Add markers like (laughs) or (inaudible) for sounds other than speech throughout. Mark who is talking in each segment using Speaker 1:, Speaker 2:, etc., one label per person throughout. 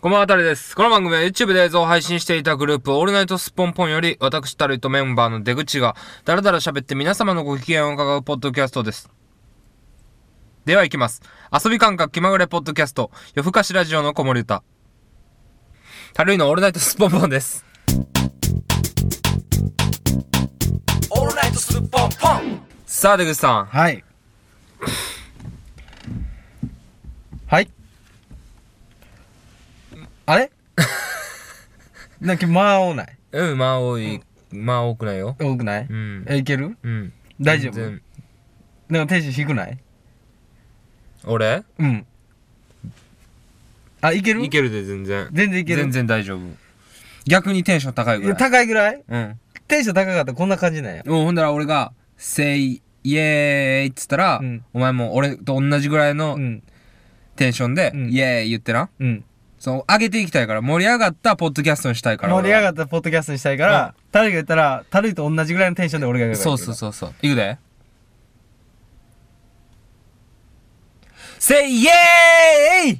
Speaker 1: こんばんは、たりです。この番組は YouTube で映像を配信していたグループ、オールナイトスッポンポンより、私、たるいとメンバーの出口が、だらだら喋って皆様のご機嫌を伺うポッドキャストです。では、行きます。遊び感覚気まぐれポッドキャスト、夜更かしラジオの子守歌。たるいのオールナイトスッポンポンです。
Speaker 2: オールナイトスッポンポン
Speaker 1: さあ、出口さん。
Speaker 3: はい。はい。あれなんか間合わない。
Speaker 1: うん、まあ、多い。まあ、多くないよ。
Speaker 3: 多くない
Speaker 1: うん。
Speaker 3: え、いける
Speaker 1: うん。
Speaker 3: 大丈夫
Speaker 1: 全然
Speaker 3: なんかテンション低くない
Speaker 1: 俺
Speaker 3: うん。あ、いける
Speaker 1: いけるで、全然。
Speaker 3: 全然いける
Speaker 1: 全然大丈夫。逆にテンション高いぐらい。
Speaker 3: 高いぐらい
Speaker 1: うん。
Speaker 3: テンション高かったらこんな感じなんや。
Speaker 1: もうほんだら俺が「せいイエーイ」っつったら、
Speaker 3: うん
Speaker 1: お前も俺と同じぐらいの
Speaker 3: うん。
Speaker 1: テンションで「
Speaker 3: うん
Speaker 1: イエーイ」言ってな
Speaker 3: うん。
Speaker 1: そう上げていきたいから盛り上がったポッドキャストにしたいから
Speaker 3: 盛り上
Speaker 1: っ
Speaker 3: がったポッドキャストにしたいから、タルが言ったら、タルと同じぐらいのテンションで俺が言えばいい
Speaker 1: そうそうそうそういくで「せいイエーイ!
Speaker 3: う。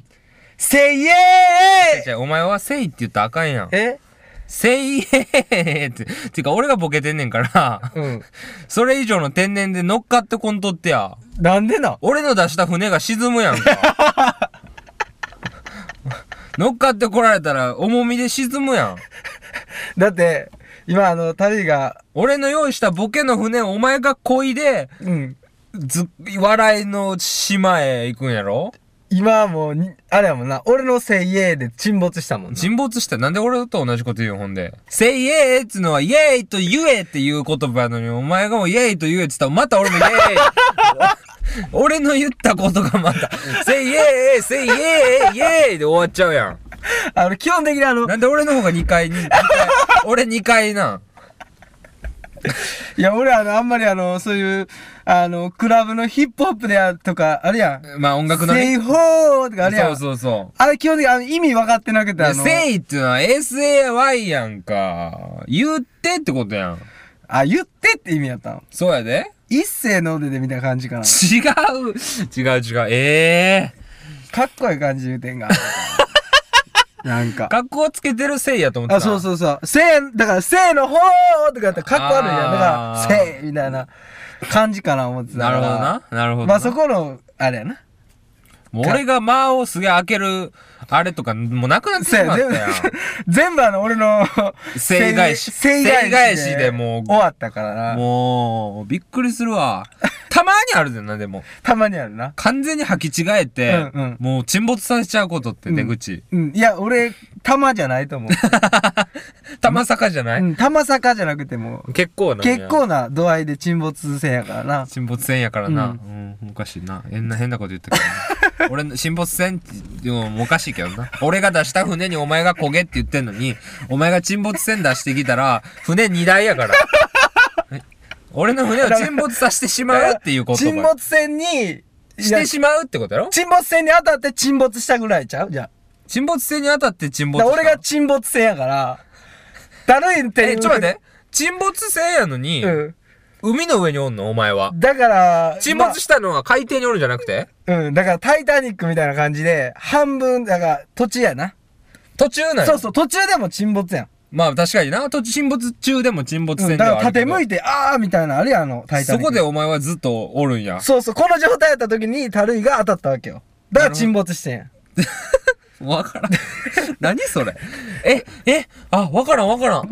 Speaker 3: せいえ」
Speaker 1: じゃあお前は「せい」って言ったらあかんやん
Speaker 3: ーえ
Speaker 1: 「せいイエーイ!」ってていうか俺がボケてんねんから
Speaker 3: うん。
Speaker 1: それ以上の天然で乗っかってこんとってや
Speaker 3: なんでな
Speaker 1: 俺の出した船が沈むやんか。 (laughs) 乗っかってこられたら重みで沈むやん。
Speaker 3: だって、今あの、タルが、
Speaker 1: 俺の用意したボケの船をお前が漕いで、
Speaker 3: うん。
Speaker 1: ず、笑いの島へ行くんやろ
Speaker 3: 今はもうに、あれやもんな、俺のせいえで沈没したもんな。
Speaker 1: 沈没した。なんで俺と同じこと言うほんで。せいえーっつのは、イエーイと言えっていう言葉やのに、お前がもうイエーイと言えっつったら、また俺もイエーイ俺の言った (laughs) ことがまた、せいえー、せいえー、イエーイで終わっちゃうやん。
Speaker 3: あの、基本的にあの、
Speaker 1: なんで俺の方が2階に、二階俺2階なん。
Speaker 3: いや、俺あの、あんまりあの、そういう、あの、クラブのヒップホップでやとか、あれやん。
Speaker 1: まあ音楽の
Speaker 3: せ
Speaker 1: ね。
Speaker 3: いほーとかあれやん。
Speaker 1: そうそうそ
Speaker 3: あれ基本的にあの意味分かってなく
Speaker 1: う。
Speaker 3: て、あ
Speaker 1: で
Speaker 3: の、
Speaker 1: せいっていうのは SAY やんか。言ってってことやん。
Speaker 3: あ、言ってって意味やったの。
Speaker 1: そうやで。
Speaker 3: 一世のででみたいな感じかな。
Speaker 1: 違う。違う違う。ええ
Speaker 3: かっこいい感じ言うて
Speaker 1: (laughs)
Speaker 3: んが。なんか。
Speaker 1: 格好つけてるせいやと思ってた。
Speaker 3: あ、そう
Speaker 1: う。
Speaker 3: そうそう。せい、だから、せいのほーとかやったらかっこ悪いやん。だ
Speaker 1: あ
Speaker 3: か
Speaker 1: ー
Speaker 3: ら、せいみたいな感じかな思ってたか
Speaker 1: な
Speaker 3: ら
Speaker 1: るほどな。なるほどな。
Speaker 3: まあそこの、あれやな。
Speaker 1: もう俺が間をすげえ開ける、あれとか、もうなくなってし
Speaker 3: せ
Speaker 1: ま
Speaker 3: や
Speaker 1: った
Speaker 3: 全部
Speaker 1: やん。、
Speaker 3: (laughs) 全部あの、
Speaker 1: (laughs)
Speaker 3: 俺の、
Speaker 1: せい
Speaker 3: (laughs)
Speaker 1: 返し
Speaker 3: せい返
Speaker 1: せ
Speaker 3: し。
Speaker 1: い返しでもう
Speaker 3: 終わったから
Speaker 1: (laughs)
Speaker 3: な。
Speaker 1: もう、びっくりするわ。たまにあるぜな、でも。
Speaker 3: たまにあるな。
Speaker 1: 完全に履き違えて、
Speaker 3: うんうん
Speaker 1: もう沈没させちゃうことって、
Speaker 3: うん
Speaker 1: 出口。
Speaker 3: うん。いや、俺、たまじゃない
Speaker 1: (laughs)
Speaker 3: と思う。
Speaker 1: 玉坂じゃない、
Speaker 3: うん。たまさかじゃなくても、
Speaker 1: 結構な。
Speaker 3: 結。構な度合いで沈没せんやからな。
Speaker 1: 沈没船やからな。う、
Speaker 3: うん
Speaker 1: おかしいな。変な、変なこと言ったけどな。俺の沈没船って、でもおかしいけどな。俺が出した船にお前が焦げって言ってんのに、お前が沈没船出してきたら、船2台やから。え俺の船を沈没させてしまうっていう言葉。
Speaker 3: 沈没船に、い
Speaker 1: し
Speaker 3: や
Speaker 1: てしまうってことやろ
Speaker 3: 沈没船に当たって沈没したぐらいちゃうじゃあ。
Speaker 1: 沈没船に当たって沈
Speaker 3: だ
Speaker 1: 没
Speaker 3: から
Speaker 1: した
Speaker 3: 俺が沈没船やから、だるいってい
Speaker 1: え、
Speaker 3: う。
Speaker 1: ちょっと待って。沈没船やのに、
Speaker 3: うん。
Speaker 1: 海の上におんのお前は。
Speaker 3: だから、
Speaker 1: 沈没したのは海底におるんじゃなくて
Speaker 3: まあうん。だから、タイタニックみたいな感じで、半分、だから、途中やな。
Speaker 1: 途中なんや
Speaker 3: そうそう、途中でも沈没やん。
Speaker 1: まあ確かにな。途中沈没中でも沈没
Speaker 3: う
Speaker 1: 船
Speaker 3: ん、
Speaker 1: で
Speaker 3: だ
Speaker 1: は
Speaker 3: か
Speaker 1: あ
Speaker 3: ら
Speaker 1: るけ
Speaker 3: 縦
Speaker 1: ど。
Speaker 3: 向いて、あーみたいな、あれやあの、タイタ
Speaker 1: そ
Speaker 3: ニック。
Speaker 1: こでお前はずっとおるん
Speaker 3: (laughs)
Speaker 1: や。
Speaker 3: そうそう、この状態やった時に、タルイが当たったわけよ。だから沈没してんやん。
Speaker 1: わ
Speaker 3: (laughs)
Speaker 1: からん。何それ。 (laughs) え、え、あ、わからんわからん。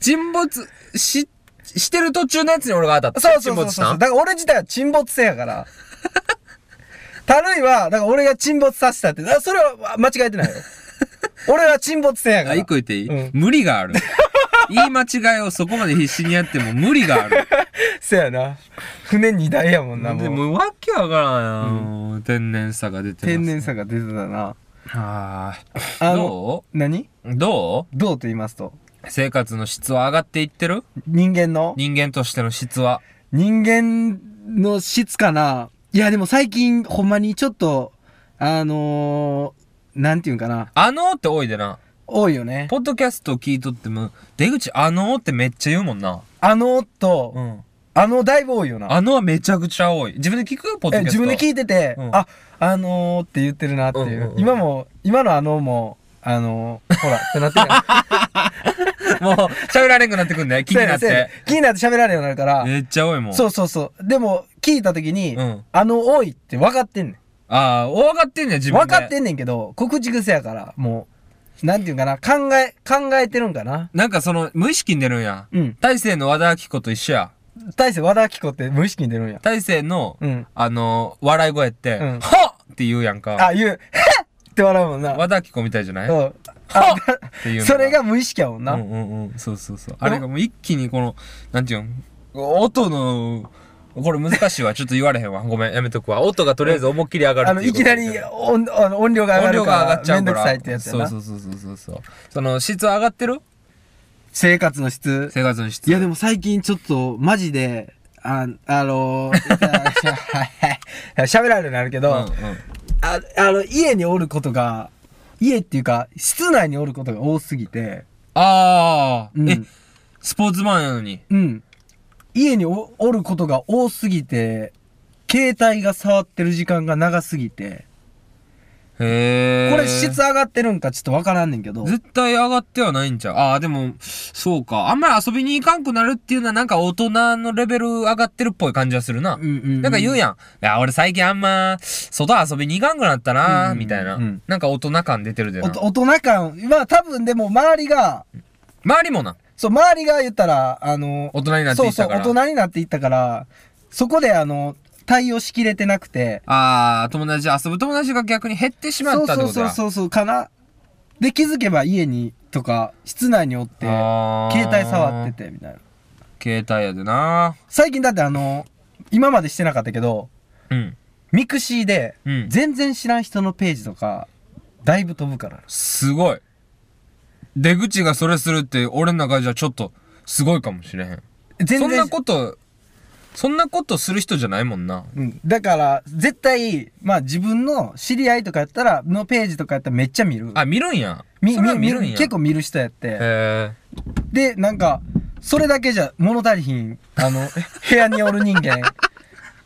Speaker 1: 沈没し、してる途中のやつに俺が当たった。
Speaker 3: そうそうそ
Speaker 1: 沈
Speaker 3: う
Speaker 1: 没し
Speaker 3: そう
Speaker 1: た
Speaker 3: そう。
Speaker 1: ん
Speaker 3: だから俺自体は沈没船やから。 (laughs) たるいは、だから俺が沈没させたって、だからそれは間違えてないよ。俺は沈没船やか
Speaker 1: あ、
Speaker 3: ら。
Speaker 1: 一個言っていい、
Speaker 3: うん
Speaker 1: 無理がある。 (laughs) 言い間違いをそこまで必死にやっても無理がある。
Speaker 3: せやな。船二台やも (laughs) んな、
Speaker 1: で
Speaker 3: もう。
Speaker 1: も、わけわからんやん、天然さが出てます。
Speaker 3: 天然さが出てたな。
Speaker 1: は
Speaker 3: あ
Speaker 1: あ。
Speaker 3: の、
Speaker 1: ど
Speaker 3: 何
Speaker 1: うどう
Speaker 3: どうと言いますと、
Speaker 1: 生活の質は上がっていってる
Speaker 3: 人間の
Speaker 1: 人間としての質は。
Speaker 3: 人間の質かないや、でも最近、ほんまにちょっと、あのー、なんていうんかな。
Speaker 1: あのーって多いでな。
Speaker 3: 多いよね。
Speaker 1: ポッドキャストを聞いとっても、出口あのーってめっちゃ言うもんな。
Speaker 3: あのーと、
Speaker 1: ん。
Speaker 3: あのだいぶ多いよな。
Speaker 1: あのはめちゃくちゃ多い。自分で聞くポッド
Speaker 3: え
Speaker 1: キャス
Speaker 3: 自
Speaker 1: ト。
Speaker 3: 分で聞いてて、
Speaker 1: うん
Speaker 3: あ、あのーって言ってるなっていう。
Speaker 1: うんうんうん
Speaker 3: 今も、今のあのも、あの
Speaker 1: (laughs)
Speaker 3: ーほら、ってなってるやん
Speaker 1: もう、喋られんくなってくん
Speaker 3: (laughs)
Speaker 1: ね。気になっ
Speaker 3: せやねん
Speaker 1: て
Speaker 3: せ。やねん気になって喋られるようになるから、
Speaker 1: めっちゃ多いもん。
Speaker 3: そうそうそう。でも、聞いた時に、
Speaker 1: うん
Speaker 3: あの多いって分かってんねん。
Speaker 1: ああ、分かってんねん、自分で。
Speaker 3: 分かってんねんけど、告知癖やから、もう、なんていうんかな、考え、考えてるんかな。
Speaker 1: なんかその、無意識に出るんや。
Speaker 3: うん
Speaker 1: 大勢の和田アキ子と一緒や。
Speaker 3: 大勢和田アキ子って無意識に出るんや。
Speaker 1: 大勢の、
Speaker 3: うん
Speaker 1: あの、笑い声って、
Speaker 3: うん
Speaker 1: はっって言うやんか。
Speaker 3: あ、言う、 (laughs) へっって笑うもんな。
Speaker 1: 和田アキ子みたいじゃない、
Speaker 3: う
Speaker 1: っ
Speaker 3: んあ
Speaker 1: ていうの
Speaker 3: それが無意識やもんな。
Speaker 1: うんうんうん。そうそうそう。あれがもう一気にこの、なんていうん、音の、これ難しいわ。 (laughs) ちょっと言われへんわ。ごめん、やめとくわ。音がとりあえず思いっきり上がる
Speaker 3: あ
Speaker 1: っ
Speaker 3: の、
Speaker 1: てう
Speaker 3: い
Speaker 1: こと
Speaker 3: きなり音あの音量が
Speaker 1: 音
Speaker 3: 上がる
Speaker 1: 量
Speaker 3: か
Speaker 1: が
Speaker 3: ら
Speaker 1: 上がっちゃ
Speaker 3: め
Speaker 1: うんか
Speaker 3: どく
Speaker 1: ら。
Speaker 3: さいってやつやな。
Speaker 1: そうそうそうそうそうそう。その、質は上がってる
Speaker 3: 生活の質。
Speaker 1: 生活の質。
Speaker 3: いや、でも最近ちょっと、マジで、あ、
Speaker 1: (laughs)
Speaker 3: あのー、喋られるようになるけど、
Speaker 1: うんうん。
Speaker 3: ああの、家におることが、家っていうか、室内におることが多すぎて、
Speaker 1: ああ、
Speaker 3: うん
Speaker 1: え、スポーツマンやのに。
Speaker 3: うん。家におおることが多すぎて、携帯が触ってる時間が長すぎて、
Speaker 1: へえ。
Speaker 3: これ質上がってるんかちょっとわからんねんけど、
Speaker 1: 絶対上がってはないんちゃうああ、でも、そうか。あんまり遊びに行かんくなるっていうのはなんか大人のレベル上がってるっぽい感じはするな。
Speaker 3: うんうんうん
Speaker 1: なんか言うやん。いや、俺最近あんま、外遊びに行かんくなった
Speaker 3: うんうん
Speaker 1: な、
Speaker 3: うん
Speaker 1: みたいな
Speaker 3: うん。
Speaker 1: なんか大人感出てるで
Speaker 3: お
Speaker 1: な。
Speaker 3: と大人感、まあ多分でも周りが、
Speaker 1: 周りもな、
Speaker 3: そう、周りが言ったら、あの、
Speaker 1: 大人になって
Speaker 3: そ
Speaker 1: いうっ
Speaker 3: そ
Speaker 1: た
Speaker 3: う、
Speaker 1: か
Speaker 3: 大
Speaker 1: ら。
Speaker 3: 人になっていったから、そこであの、対応しきれてなくて、
Speaker 1: ああ、友達、遊ぶ友達が逆に減ってしま
Speaker 3: そ
Speaker 1: っ
Speaker 3: う
Speaker 1: たって
Speaker 3: そう
Speaker 1: こと
Speaker 3: そう
Speaker 1: だ。
Speaker 3: そうそう、かな。で、気づけば家に、とか、室内におって、
Speaker 1: あー
Speaker 3: 携帯触ってて、みたいな。
Speaker 1: 携帯やでな。
Speaker 3: 最近だってあの、今までしてなかったけど、
Speaker 1: うん。
Speaker 3: ミクシーで
Speaker 1: うん、
Speaker 3: 全然知らん人のページとか、だいぶ飛ぶから。
Speaker 1: すごい。出口がそれするって、俺の中じゃちょっと、すごいかもしれへん。
Speaker 3: 全
Speaker 1: そん
Speaker 3: 然
Speaker 1: なこと、そんなことする人じゃないもんな。
Speaker 3: うん、だから、絶対、まあ自分の知り合いとかやったら、のページとかやったらめっちゃ見る。
Speaker 1: あ、見るんや。
Speaker 3: み
Speaker 1: それは
Speaker 3: み
Speaker 1: 見るんや。
Speaker 3: 結構見る人やって。
Speaker 1: へ
Speaker 3: で、なんか、それだけじゃ物足りひん、
Speaker 1: (laughs)
Speaker 3: あの、部屋におる人間、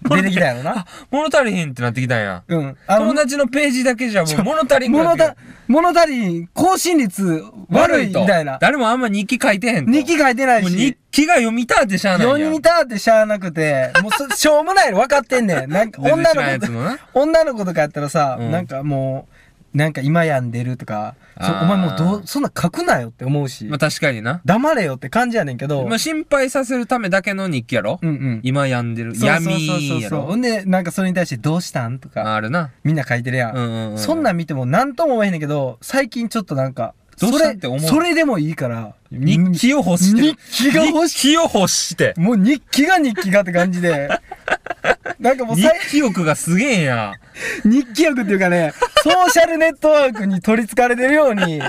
Speaker 3: 出てきたやろな。
Speaker 1: ー物足りへんってなってきたんや。
Speaker 3: うん。あの
Speaker 1: 友、達のページだけじゃもう物足りんくな
Speaker 3: 物
Speaker 1: ってきた
Speaker 3: 足物足りひん、更新率悪いみ
Speaker 1: と
Speaker 3: たいな。
Speaker 1: 誰もあんま日記書いてへんと。
Speaker 3: 日記書いてない
Speaker 1: もう日
Speaker 3: し、
Speaker 1: 記が読みたってしゃあないやん。
Speaker 3: 4人いたってしゃあなくて、もうそしょうもないの分かってんねん。なん
Speaker 1: (laughs)
Speaker 3: か
Speaker 1: 全然
Speaker 3: 女
Speaker 1: 知らん
Speaker 3: の
Speaker 1: や
Speaker 3: 子
Speaker 1: つ
Speaker 3: と
Speaker 1: のな、
Speaker 3: 女の子とかやったらさ、
Speaker 1: うん
Speaker 3: なんかもう、なんか今病んでるとか、そう
Speaker 1: あー
Speaker 3: お前もうどう、そんな書くなよって思うし
Speaker 1: まあ、確かにな。
Speaker 3: 黙れよって感じやねんけど、
Speaker 1: まあ、心配させるためだけの日記やろ、
Speaker 3: うんうん。
Speaker 1: 今病んでる。闇やろ
Speaker 3: ほんで、なんかそれに対してどうしたんと
Speaker 1: あ
Speaker 3: か、
Speaker 1: あるな。
Speaker 3: みんな書いてるやん。
Speaker 1: うんうんうん
Speaker 3: そんなん見ても何とも思えへんねんけど、最近ちょっとなんか、
Speaker 1: どう
Speaker 3: そ
Speaker 1: した
Speaker 3: れ
Speaker 1: って思う
Speaker 3: それでもいいから、
Speaker 1: 日記を欲してる。
Speaker 3: 日記が欲し
Speaker 1: 日記を欲して。
Speaker 3: もう日記が日記がって感
Speaker 1: (laughs)
Speaker 3: じで、なんかもう
Speaker 1: 日
Speaker 3: 最
Speaker 1: 記欲がすげえんや。
Speaker 3: 日記欲っていうかね、ソーシャルネットワークに取り憑かれてるよ
Speaker 1: (laughs)
Speaker 3: うに、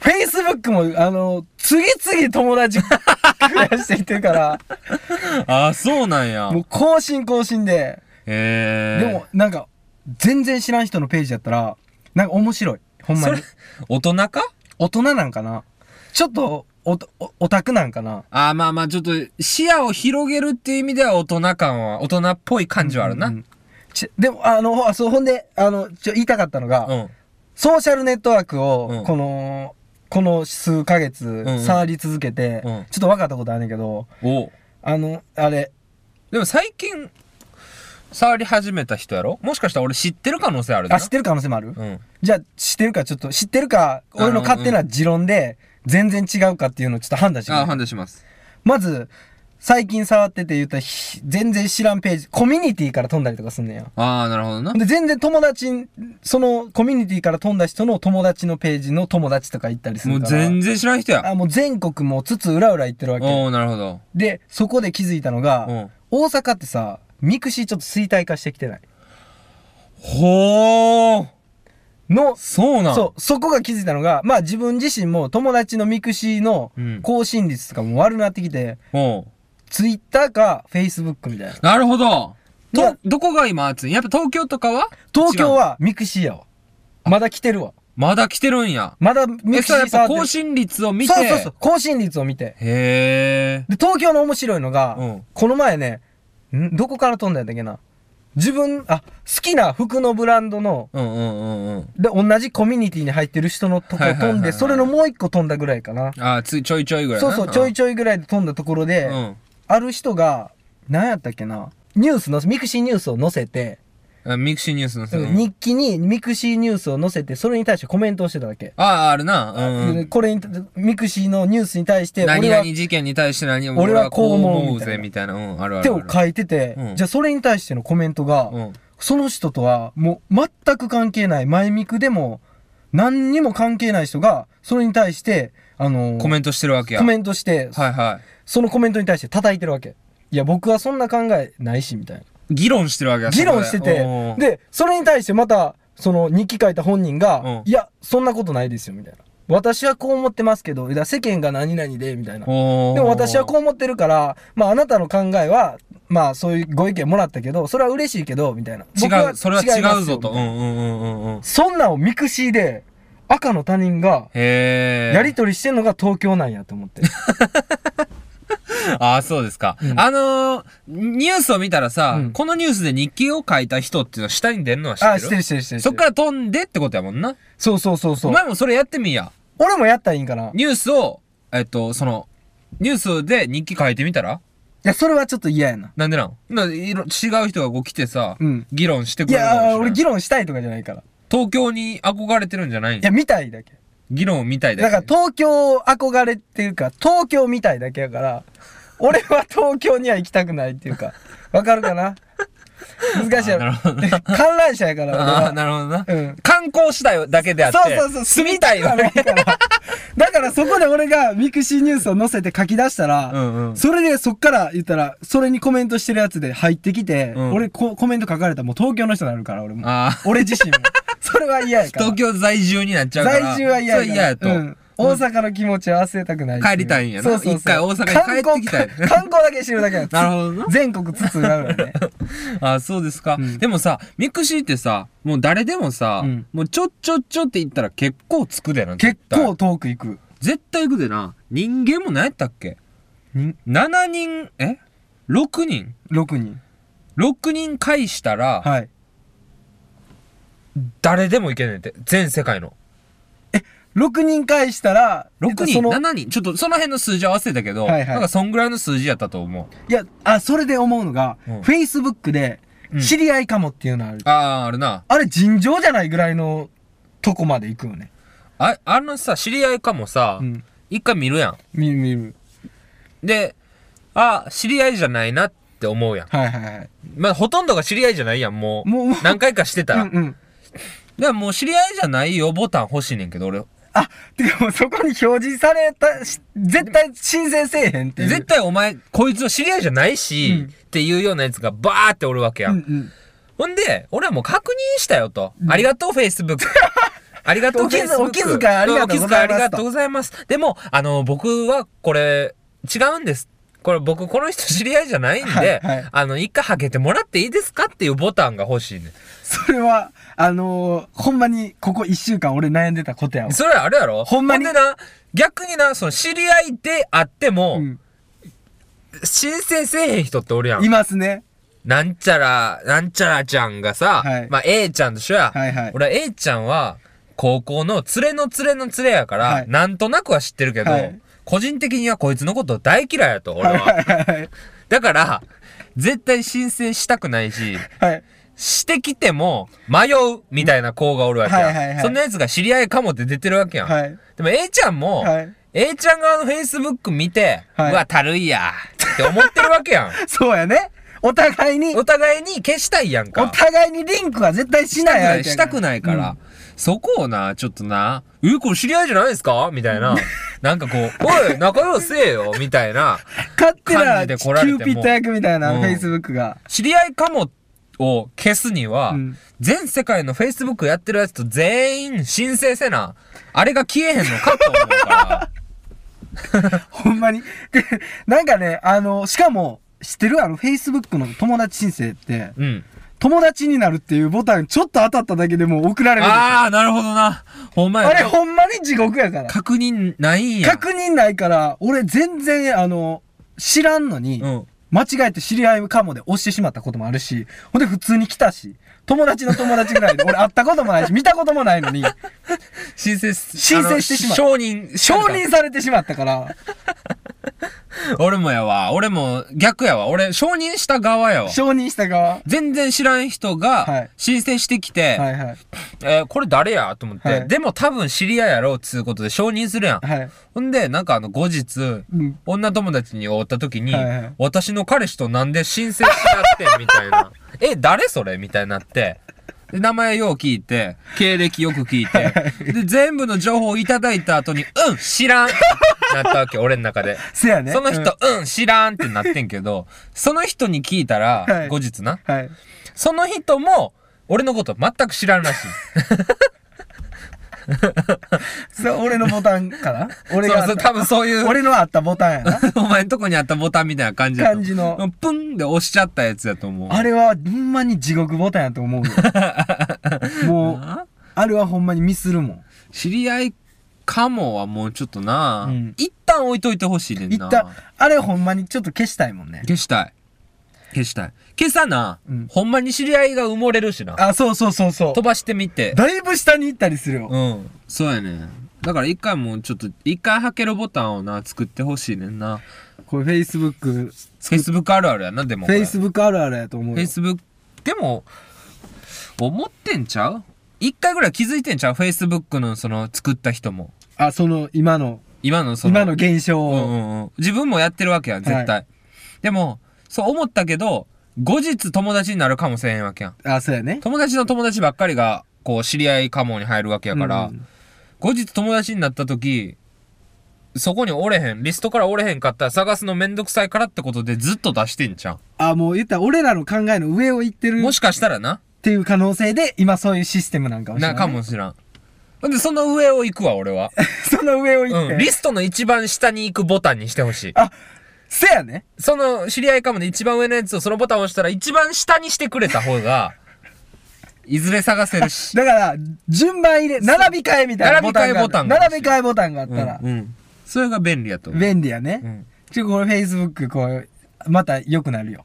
Speaker 3: Facebook も、あの、次々友達増やしていって
Speaker 1: (laughs)
Speaker 3: るから、
Speaker 1: ああ、そうなんや。
Speaker 3: もう更新更新で、
Speaker 1: ええ
Speaker 3: でも、なんか、全然知らん人のページやったら、なんか面白い。ほんま
Speaker 1: そ
Speaker 3: に
Speaker 1: れ。、大人か
Speaker 3: 大人なんかなちょっと、おと、おオタクなんかな
Speaker 1: ああ、まあまあ、ちょっと、視野を広げるっていう意味では大人感は、大人っぽい感じはあるな。う
Speaker 3: うんん。ちでも、あの、あそう、ほんで、あの、ちょ、言いたかったのが、ソーシャルネットワーク
Speaker 1: う
Speaker 3: を
Speaker 1: ん、
Speaker 3: この、この数ヶ月
Speaker 1: うん、
Speaker 3: 触り続けて、
Speaker 1: うん
Speaker 3: ちょっと分かったことあるんだけど、
Speaker 1: おう
Speaker 3: あの、あれ、
Speaker 1: でも最近、触り始めた人やろもしかしたら俺知ってる可能性あるな
Speaker 3: あ、知ってる可能性もある、
Speaker 1: うん。
Speaker 3: じゃあ、知ってるか、ちょっと、知ってるか、俺の勝手な持論で、全然違うかっていうのをちょっと判断してくれ
Speaker 1: あ、判断します。
Speaker 3: まず、最近触ってて言ったひ全然知らんページ、コミュニティから飛んだりとかすんねや。
Speaker 1: ああ、なるほどな。
Speaker 3: で、全然友達ん、そのコミュニティから飛んだ人の友達のページの友達とか行ったりす
Speaker 1: も
Speaker 3: る
Speaker 1: う
Speaker 3: から。
Speaker 1: 全然知らん人や。
Speaker 3: あ、もう全国もうつつ裏裏行ってるわけ。
Speaker 1: おおなるほど。
Speaker 3: で、そこで気づいたの
Speaker 1: う
Speaker 3: が
Speaker 1: ん、
Speaker 3: 大阪ってさ、ミクシーちょっと衰退化してきてない。
Speaker 1: ほー
Speaker 3: の、
Speaker 1: そうなん
Speaker 3: そう、そこが気づいたのが、まあ自分自身も友達のミクシーの
Speaker 1: うん
Speaker 3: 更新率とかも悪なってきて、
Speaker 1: おう
Speaker 3: ツイッターかフェイスブックみたいな。
Speaker 1: なるほど。
Speaker 3: いや
Speaker 1: と、どこが今熱いやっぱ東京とかは
Speaker 3: 東京はミクシーやわ。まだ来てるわ。
Speaker 1: まだ来てるんや。
Speaker 3: まだミ
Speaker 1: え、
Speaker 3: クシ
Speaker 1: それや
Speaker 3: ー
Speaker 1: っぱ
Speaker 3: 触って
Speaker 1: 更
Speaker 3: る。
Speaker 1: 新率を見て。
Speaker 3: そうそうそう。更新率を見て。
Speaker 1: へえ。
Speaker 3: で、東京の面白いのが、
Speaker 1: うん
Speaker 3: この前ね、んどこから飛んだんだっけな。自分、あ、好きな服のブランドの、
Speaker 1: うんうんうんうん。
Speaker 3: で、同じコミュニティに入ってる人のとこ
Speaker 1: はいはいはい
Speaker 3: 飛
Speaker 1: はい
Speaker 3: んで、それのもう一個飛んだぐらいかな。
Speaker 1: あー、ついちょいちょいぐらい
Speaker 3: そ
Speaker 1: な。
Speaker 3: うそう、ちょい
Speaker 1: ち
Speaker 3: ちょいぐらいで飛んだところで、
Speaker 1: うん。
Speaker 3: ある人が、何やったっけな、ニュースの、ミクシーニュースを載せて、
Speaker 1: あミクシーニュースのその。
Speaker 3: 日記にミクシーニュースを載せて、それに対してコメントをしてたわけ。
Speaker 1: ああ、あるな。うんうん。
Speaker 3: これに、ミクシーのニュースに対して、
Speaker 1: 何
Speaker 3: 俺は
Speaker 1: 々、事件に対して何
Speaker 3: 俺はこう思う
Speaker 1: 俺はこぜみたいな。うん、あるあ
Speaker 3: 手
Speaker 1: るあ
Speaker 3: を
Speaker 1: る。
Speaker 3: 書いてて、
Speaker 1: うん
Speaker 3: じゃあそれに対してのコメントが、
Speaker 1: うん。
Speaker 3: その人とはもう全く関係ない、前ミクでも、何にも関係ない人が、それに対して、あのー
Speaker 1: コメントしてるわけや。
Speaker 3: コメントして、
Speaker 1: はいは
Speaker 3: そのコメントに対して叩いてるわけ。いや、僕はそんな考えないし、みたいな。
Speaker 1: い。議論してるわけや。
Speaker 3: 議論して
Speaker 1: そこ
Speaker 3: て、
Speaker 1: で
Speaker 3: で、それに対してまた、その日記書いた本人が
Speaker 1: う、ん
Speaker 3: いや、そんなことないですよ、みたいな。私はこう思ってますけど、いや世間が何々で、みたいな。
Speaker 1: お
Speaker 3: で
Speaker 1: ーおー
Speaker 3: も私はこう思ってるから、まああなたの考えは、まあそういうご意見もらったけど、それは嬉しいけど、みたいな。僕
Speaker 1: 違う、それは違うぞと。う
Speaker 3: 違い
Speaker 1: んう
Speaker 3: ますよみたいなん
Speaker 1: うんうんうん。
Speaker 3: そんなんをミクシーで、赤の他人が、
Speaker 1: へえ。
Speaker 3: やりとりしてんのが東京なんやと思って。
Speaker 1: ああ、そうですか。
Speaker 3: うん
Speaker 1: あのー、ニュースを見たらさ、
Speaker 3: うん
Speaker 1: このニュースで日記を書いた人っていうのは下に出るのは知ってる
Speaker 3: あ、してるしてるしてる。
Speaker 1: そっから飛んでってことやもんな。
Speaker 3: そうそうそうそ
Speaker 1: お
Speaker 3: う。
Speaker 1: 前もそれやってみいや。
Speaker 3: 俺もやったらいいんかな。い
Speaker 1: ニュースを、えっと、その、ニュースで日記書いてみたら
Speaker 3: や、それはちょっと嫌やな。
Speaker 1: なんでなんないろ違う人がこう来てさ、
Speaker 3: うん
Speaker 1: 議論してく
Speaker 3: い
Speaker 1: れるかもしれな
Speaker 3: や
Speaker 1: い
Speaker 3: ー、俺議論したいとかじゃないから。
Speaker 1: 東京に憧れてるんじゃない
Speaker 3: いや、見たいだけ。
Speaker 1: 議論を見たいだ
Speaker 3: だ
Speaker 1: け
Speaker 3: から東京憧れっていうか、東京見たいだけやから、俺は東京には行きたくないってい
Speaker 1: (laughs)
Speaker 3: うか、わかるかな難しいや
Speaker 1: あなる
Speaker 3: ろ。
Speaker 1: ほどな
Speaker 3: (laughs) 観覧車やから、俺
Speaker 1: ああー、
Speaker 3: は。
Speaker 1: なるほどな。
Speaker 3: うん。
Speaker 1: 観光次第だけであって、
Speaker 3: そうそうそう、
Speaker 1: 住みたいよ
Speaker 3: 住
Speaker 1: ね。
Speaker 3: みたくはないから。だからそこで俺がミクシーニュースを載せて書き出したら、
Speaker 1: うんうん
Speaker 3: それでそっから言ったら、それにコメントしてるやつで入ってきて、
Speaker 1: うん
Speaker 3: 俺こコメント書かれたらもう東京の人になるから、俺も。
Speaker 1: ああ、
Speaker 3: 俺自
Speaker 1: (laughs)
Speaker 3: 身も。それは嫌やから。
Speaker 1: 東京在住になっちゃうから。
Speaker 3: 在住は嫌
Speaker 1: そ
Speaker 3: や
Speaker 1: れ嫌やと。
Speaker 3: うん大阪の気持ちを忘れたくないってう
Speaker 1: 帰りたいんやな
Speaker 3: そうそうそう
Speaker 1: 一回大阪に帰ってきたい
Speaker 3: 観光 (laughs) 観光だけしてるだけや
Speaker 1: (laughs) なるほどな
Speaker 3: 全国津々浦々
Speaker 1: (laughs)
Speaker 3: ね
Speaker 1: あそうですか、
Speaker 3: うん
Speaker 1: でもさ、ミクシーってさ、もう誰でもさ、
Speaker 3: うん
Speaker 1: もうちょっちょっちょって言ったら結構つくでな。
Speaker 3: 結
Speaker 1: 絶対
Speaker 3: 構遠く行く
Speaker 1: 絶対行くでな。人間も何やったっけ ?7 人、え ?6 人
Speaker 3: 6人
Speaker 1: ?6 人介したら、
Speaker 3: はい
Speaker 1: 誰でも行けねえって。全世界の。
Speaker 3: 6人返したら
Speaker 1: 6
Speaker 3: そ
Speaker 1: 人
Speaker 3: の
Speaker 1: ?7 人ちょっとその辺の数字合わせたけど、
Speaker 3: はいはい
Speaker 1: なんかそんぐらいの数字やったと思う。
Speaker 3: いやあそれで思うのが、
Speaker 1: うん
Speaker 3: Facebook で
Speaker 1: うん
Speaker 3: 知り合いかもっていうのある、
Speaker 1: ああ、あるな。
Speaker 3: あれ尋常じゃないぐらいのとこまで行くよね
Speaker 1: あ、あのさ、知り合いかもさ、
Speaker 3: うん
Speaker 1: 一回見るやん。
Speaker 3: 見る見る
Speaker 1: で、あ、知り合いじゃないなって思うやん。
Speaker 3: はいはいはい
Speaker 1: まあ、ほとんどが知り合いじゃないやん、もう。
Speaker 3: もうもう
Speaker 1: 何回かしてたら。
Speaker 3: うん
Speaker 1: だか
Speaker 3: うん
Speaker 1: らもう知り合いじゃないよ、ボタン欲しいねんけど、俺。
Speaker 3: あてかもうそこに表示されたし絶対申請せえへんっていう
Speaker 1: 絶対お前、こいつは知り合いじゃないし、
Speaker 3: うん
Speaker 1: っていうようなやつがバーっておるわけや。
Speaker 3: うんんうん
Speaker 1: ほんで、俺はもう確認したよと。ありがとう、Facebook。あり
Speaker 3: (laughs)
Speaker 1: がとう、
Speaker 3: お気づ
Speaker 1: Facebook
Speaker 3: お気遣いありがとうござ
Speaker 1: お気
Speaker 3: いますと
Speaker 1: 遣ありがとうございます。でも、あの、僕はこれ、違うんです。これ僕、この人知り合いじゃないんで、
Speaker 3: はいはい
Speaker 1: あの、一回はけてもらっていいですかっていうボタンが欲しいねん。
Speaker 3: それは、あのー、ほんまに、ここ一週間俺悩んでたことやわ。
Speaker 1: それあれやろ
Speaker 3: ほんまに
Speaker 1: でな、逆にな、その知り合いであっても、
Speaker 3: うん
Speaker 1: 申請せえへん人っておるや
Speaker 3: い
Speaker 1: ん。
Speaker 3: ますね。
Speaker 1: なんちゃら、なんちゃらちゃんがさ、
Speaker 3: はい
Speaker 1: まあ A ちゃんと一緒や。
Speaker 3: はいはい
Speaker 1: 俺は A ちゃんは、高校の連れの連れの連れやから、
Speaker 3: はい
Speaker 1: なんとなくは知ってるけど、
Speaker 3: はい
Speaker 1: 個人的にはこいつのこと大嫌いやと、俺
Speaker 3: はいは
Speaker 1: は。
Speaker 3: いはい
Speaker 1: だから、絶対申請したくないし、
Speaker 3: はい。
Speaker 1: してきても迷うみたいな子がおるわけや。
Speaker 3: はいはいはい
Speaker 1: そんなやつが知り合いかもって出てるわけやん。
Speaker 3: はい。
Speaker 1: でも A ちゃんも、
Speaker 3: はい
Speaker 1: A ちゃん側の Facebook 見て、
Speaker 3: はいう
Speaker 1: わ、たるいや、って思ってるわけや
Speaker 3: (laughs)
Speaker 1: ん。
Speaker 3: そうやね。お互いに、
Speaker 1: お互いに消したいやん
Speaker 3: お
Speaker 1: か。
Speaker 3: 互いにリンクは絶対しない相手
Speaker 1: し
Speaker 3: や
Speaker 1: たくないから。そこをな、ちょっとな、え、これ知り合いじゃないですかみたいな。なんかこう、おい、仲良せえよ、みたいな。
Speaker 3: 勝手な、
Speaker 1: 感じ
Speaker 3: キ
Speaker 1: で来られても
Speaker 3: ューピット役みたいな、
Speaker 1: うん
Speaker 3: Facebook が。
Speaker 1: 知り合いかもを消すには、
Speaker 3: うん
Speaker 1: 全世界の Facebook やってるやつと全員申請せな。あれが消えへんのかと思うから。
Speaker 3: (laughs) ほんまに。で、なんかね、あの、しかも、知ってるあの、Facebook の友達申請って、
Speaker 1: うん。
Speaker 3: 友達になるっていうボタンちょっと当たっただけでもう送られるでしょ
Speaker 1: ああ、なるほどな。ほんまや
Speaker 3: あ
Speaker 1: な
Speaker 3: れほんまに地獄やから。
Speaker 1: 確認ないんや。
Speaker 3: 確認ないから、俺全然、あの、知らんのに、
Speaker 1: うん。
Speaker 3: 間違えて知り合いかもで押してしまったこともあるし、ほんで普通に来たし、友達の友達ぐらいで、俺会ったこともないし、見たこともない
Speaker 1: (laughs)
Speaker 3: のに、
Speaker 1: 申請す、
Speaker 3: 申請してしまう
Speaker 1: あの承認、
Speaker 3: 承認されてしまったから、
Speaker 1: (laughs) 俺もやわ。俺も逆やわ。俺、承認した側やわ。
Speaker 3: 承認した側。
Speaker 1: 全然知らん人
Speaker 3: は
Speaker 1: が
Speaker 3: い
Speaker 1: 申請してきて、
Speaker 3: はいはい。
Speaker 1: えーこれ誰やと思って、
Speaker 3: はい
Speaker 1: でも多分知り合いやろうっつうことで承認するやん。
Speaker 3: はい。
Speaker 1: ほんで、なんかあの、後日、
Speaker 3: うん。
Speaker 1: 女友達に会った時に、
Speaker 3: はいはい
Speaker 1: 私の彼氏となんで申請しちゃってんみたいな。 (laughs) え、誰それみたいになって。で名前よう聞いて、経歴よく聞いて、で、全部の情報をいただいた後に、うん、知らんってなったわけ、俺の中で。
Speaker 3: せやね。
Speaker 1: その
Speaker 3: う
Speaker 1: 人、うん、知らんってなってんけど、その人に聞いたら、
Speaker 3: はい
Speaker 1: 後日な、
Speaker 3: んはい。
Speaker 1: その人も、俺のこと全く知らんらしい。
Speaker 3: それ俺のボタンか
Speaker 1: (laughs)
Speaker 3: な俺
Speaker 1: そう
Speaker 3: が
Speaker 1: そ
Speaker 3: あっ
Speaker 1: う、
Speaker 3: た、
Speaker 1: 多分そういう、
Speaker 3: 俺のあったボタンやな。
Speaker 1: (laughs) お前んとこにあったボタンみたいな感じだと思う
Speaker 3: 感じの。
Speaker 1: プンで押しちゃったやつやと思う。
Speaker 3: あれは、ほんまに地獄ボタンやと
Speaker 1: (laughs)
Speaker 3: 思うよ。もう、
Speaker 1: な
Speaker 3: あれはほんまにミスるもん。
Speaker 1: 知り合いかもはもうちょっとな、
Speaker 3: うん
Speaker 1: 一旦置いといてほしいねんな。
Speaker 3: 一旦、あれほんまにちょっと消したいもんね。
Speaker 1: 消したい。消したい。消さな、
Speaker 3: うん
Speaker 1: ほんまに知り合いが埋もれるしな。
Speaker 3: あ、そうそうそうそ
Speaker 1: 飛ばしてみて
Speaker 3: う。。だいぶ下に行ったりするよ。
Speaker 1: うん。そうやね。だから一回もうちょっと、一回ハケるボタンをな、作ってほしいねんな。
Speaker 3: これ Facebook、
Speaker 1: Facebook あるあるやな、でもこれ。
Speaker 3: Facebook あるあるやと思うよ。
Speaker 1: Facebook でも、思ってんちゃう一回ぐらい気づいてんちゃう ?Facebook のその作った人も。
Speaker 3: あ、その、今の、
Speaker 1: 今のその。
Speaker 3: 今の現象
Speaker 1: うんう
Speaker 3: を。
Speaker 1: んうん。自分もやってるわけやん、絶対。
Speaker 3: は
Speaker 1: でも、そう思ったけど、後日友達になるかもしれんわけやん。
Speaker 3: あ、そうやね。
Speaker 1: 友達の友達ばっかりが、こう、知り合いかもに入るわけやから、
Speaker 3: うん
Speaker 1: 後日友達になった時、そこにおれへん、リストからおれへんかったら探すのめんどくさいからってことでずっと出してんじゃん。
Speaker 3: あ、もう言ったら俺らの考えの上を行ってる
Speaker 1: も
Speaker 3: っ
Speaker 1: しかしたらな、
Speaker 3: ていう可能性で、今そういうシステムなんかもしれな。
Speaker 1: ないかも。しらん。ほんで、その上を行くわ、俺
Speaker 3: (laughs)
Speaker 1: は。
Speaker 3: その上を行っ
Speaker 1: う
Speaker 3: て。
Speaker 1: ん。リストの一番下に行くボタンにしてほしい。
Speaker 3: あ、せやね。
Speaker 1: その知り合いかもね、一番上のやつをそのボタンを押したら一番下にしてくれた方
Speaker 3: (laughs)
Speaker 1: が、いずれ探せるし。
Speaker 3: だから、順番入れ、並び替えみたいなボタンが
Speaker 1: 並び替え
Speaker 3: ある。
Speaker 1: ボタンが欲しい
Speaker 3: 並び替えボタンがあったら
Speaker 1: うん、うんそれが便利やと思う。
Speaker 3: 便利やね。
Speaker 1: うん
Speaker 3: ちょ、これ Facebook、こう、また良くなるよ。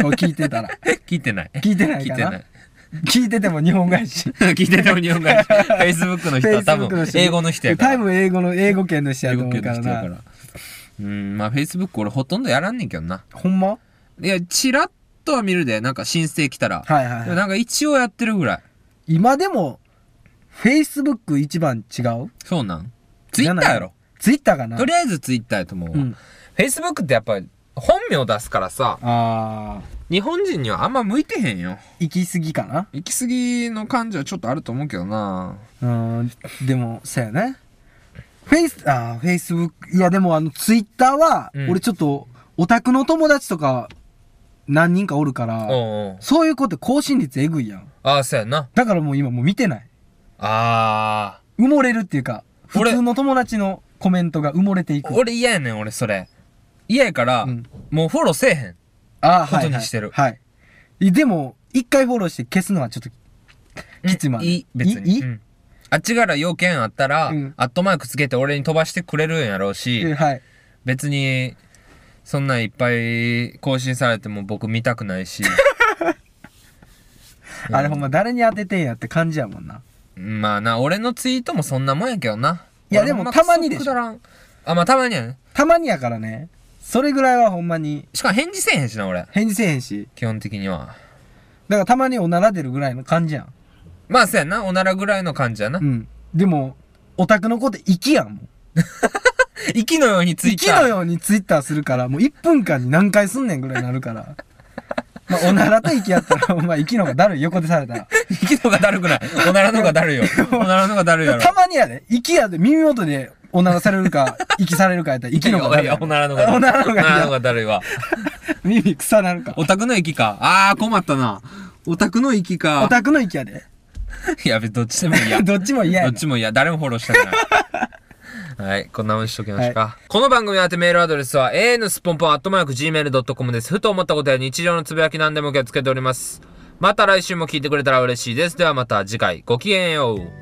Speaker 3: こう聞い
Speaker 1: (laughs)
Speaker 3: てたら。
Speaker 1: 聞いてない。
Speaker 3: 聞いてない
Speaker 1: 聞い
Speaker 3: か
Speaker 1: て
Speaker 3: な
Speaker 1: ない。 (laughs)
Speaker 3: 聞いてても日本返し。
Speaker 1: 聞いてても日本語や
Speaker 3: (laughs)
Speaker 1: し。Facebook の人は多
Speaker 3: Facebook の
Speaker 1: 分、
Speaker 3: 人
Speaker 1: 英語の人やから。
Speaker 3: 多分英語の、英語圏の人や
Speaker 1: 英
Speaker 3: と
Speaker 1: 語
Speaker 3: 思
Speaker 1: 系
Speaker 3: う
Speaker 1: の
Speaker 3: から
Speaker 1: 人やか
Speaker 3: な。
Speaker 1: ら。うん、まあ Facebook 俺ほとんどやらんねんけどな。
Speaker 3: ほんま
Speaker 1: いや、チラッとは見るで、なんか申請来たら。
Speaker 3: はいはい
Speaker 1: でも
Speaker 3: はい。
Speaker 1: なんか一応やってるぐらい。
Speaker 3: 今でも、Facebook 一番違う
Speaker 1: そうなん
Speaker 3: じ
Speaker 1: ?Twitter
Speaker 3: ゃない
Speaker 1: やろ。
Speaker 3: ツイッターかな
Speaker 1: とりあえず Twitter やと思うわ。
Speaker 3: うん。
Speaker 1: Facebook ってやっぱ本名出すからさ、
Speaker 3: あ
Speaker 1: 日本人にはあんま向いてへんよ。
Speaker 3: ー、行き過ぎかな
Speaker 1: 行き過ぎの感じはちょっとあると思うけどな
Speaker 3: うーん、でも、そうやね。フェイス、あー、Facebook、いやでもあの、ツイッターは、
Speaker 1: うん
Speaker 3: 俺ちょっと、オタクの友達とか、何人かおるから、
Speaker 1: おう
Speaker 3: そういう子って更新率えぐいやん。
Speaker 1: ああ、そうやな。
Speaker 3: だからもう今もう見てない。
Speaker 1: あ
Speaker 3: 埋もれるっていうか、普
Speaker 1: 俺
Speaker 3: 通の友達のコメントが埋もれてい
Speaker 1: あ。
Speaker 3: く。
Speaker 1: 俺嫌やねん、俺それ。嫌やから、
Speaker 3: うん
Speaker 1: もうフォローせえへん。
Speaker 3: ああ、
Speaker 1: こ
Speaker 3: は
Speaker 1: と
Speaker 3: い、
Speaker 1: に
Speaker 3: はい。
Speaker 1: してる
Speaker 3: はい。いでも、一回フォローして消すのはちょっと、きついまで
Speaker 1: いい、別に。
Speaker 3: いい
Speaker 1: うんあっちから要件あったら、
Speaker 3: うん
Speaker 1: アットマークつけて俺に飛ばしてくれるんやろうし、
Speaker 3: えはい。
Speaker 1: 別に、そんなんいっぱい更新されても僕見たくない (laughs) し、うん
Speaker 3: あれほんま誰に当ててんやって感じやもんな。
Speaker 1: まあな、俺のツイートもそんなもんやけどな。
Speaker 3: いや
Speaker 1: 俺
Speaker 3: でも
Speaker 1: ほん
Speaker 3: たまにでしょ
Speaker 1: くだらんあ、まあたまにやね。
Speaker 3: たまにやからね、それぐらいはほんまに
Speaker 1: しかも返事せえへんしな、俺。
Speaker 3: 返事せえへんし、
Speaker 1: 基本的には。
Speaker 3: だからたまにおなら出るぐらいの感じやん。
Speaker 1: まあそうやな、おならぐらいの感じやな
Speaker 3: う。ん。でも、オタクの子って息やんもん。
Speaker 1: 息のようにツイッ
Speaker 3: 息
Speaker 1: ター。
Speaker 3: のようにツイッターするから、もう1分間に何回すんねんぐらいにな
Speaker 1: (laughs)
Speaker 3: るから。まあ、おならと息やったら、お前息の方がだるい横でされたら。
Speaker 1: 息のがだるくない。おならのがだるい
Speaker 3: (laughs)
Speaker 1: よ。おならのがだるいやろ。
Speaker 3: たまにやで、息やで、耳元でおならされる
Speaker 1: (laughs)
Speaker 3: か、息されるかやったら、息の方がだ
Speaker 1: い
Speaker 3: るい
Speaker 1: や
Speaker 3: や
Speaker 1: お
Speaker 3: ろ。
Speaker 1: ならのがだるい。
Speaker 3: おならの
Speaker 1: お
Speaker 3: がだるい
Speaker 1: ならのがだるいわ。
Speaker 3: 耳草なるか。
Speaker 1: オタクの息か。あー、困ったな。オタクの息か。
Speaker 3: オタクの息やで。
Speaker 1: やべ、どっちでも
Speaker 3: (laughs)
Speaker 1: いいや。
Speaker 3: どっちも嫌
Speaker 1: ど
Speaker 3: や
Speaker 1: っ
Speaker 3: ねん
Speaker 1: ちもいや、誰もフォローしたくない。はい、こんなもんにしときましょうか。この番組宛てメールアドレスは a n s p o n p o n g m a i l c o m です。ふと思ったことや日常のつぶやき何でも受け付けております。また来週も聞いてくれたら嬉しいです。ではまた次回ごきげんよう。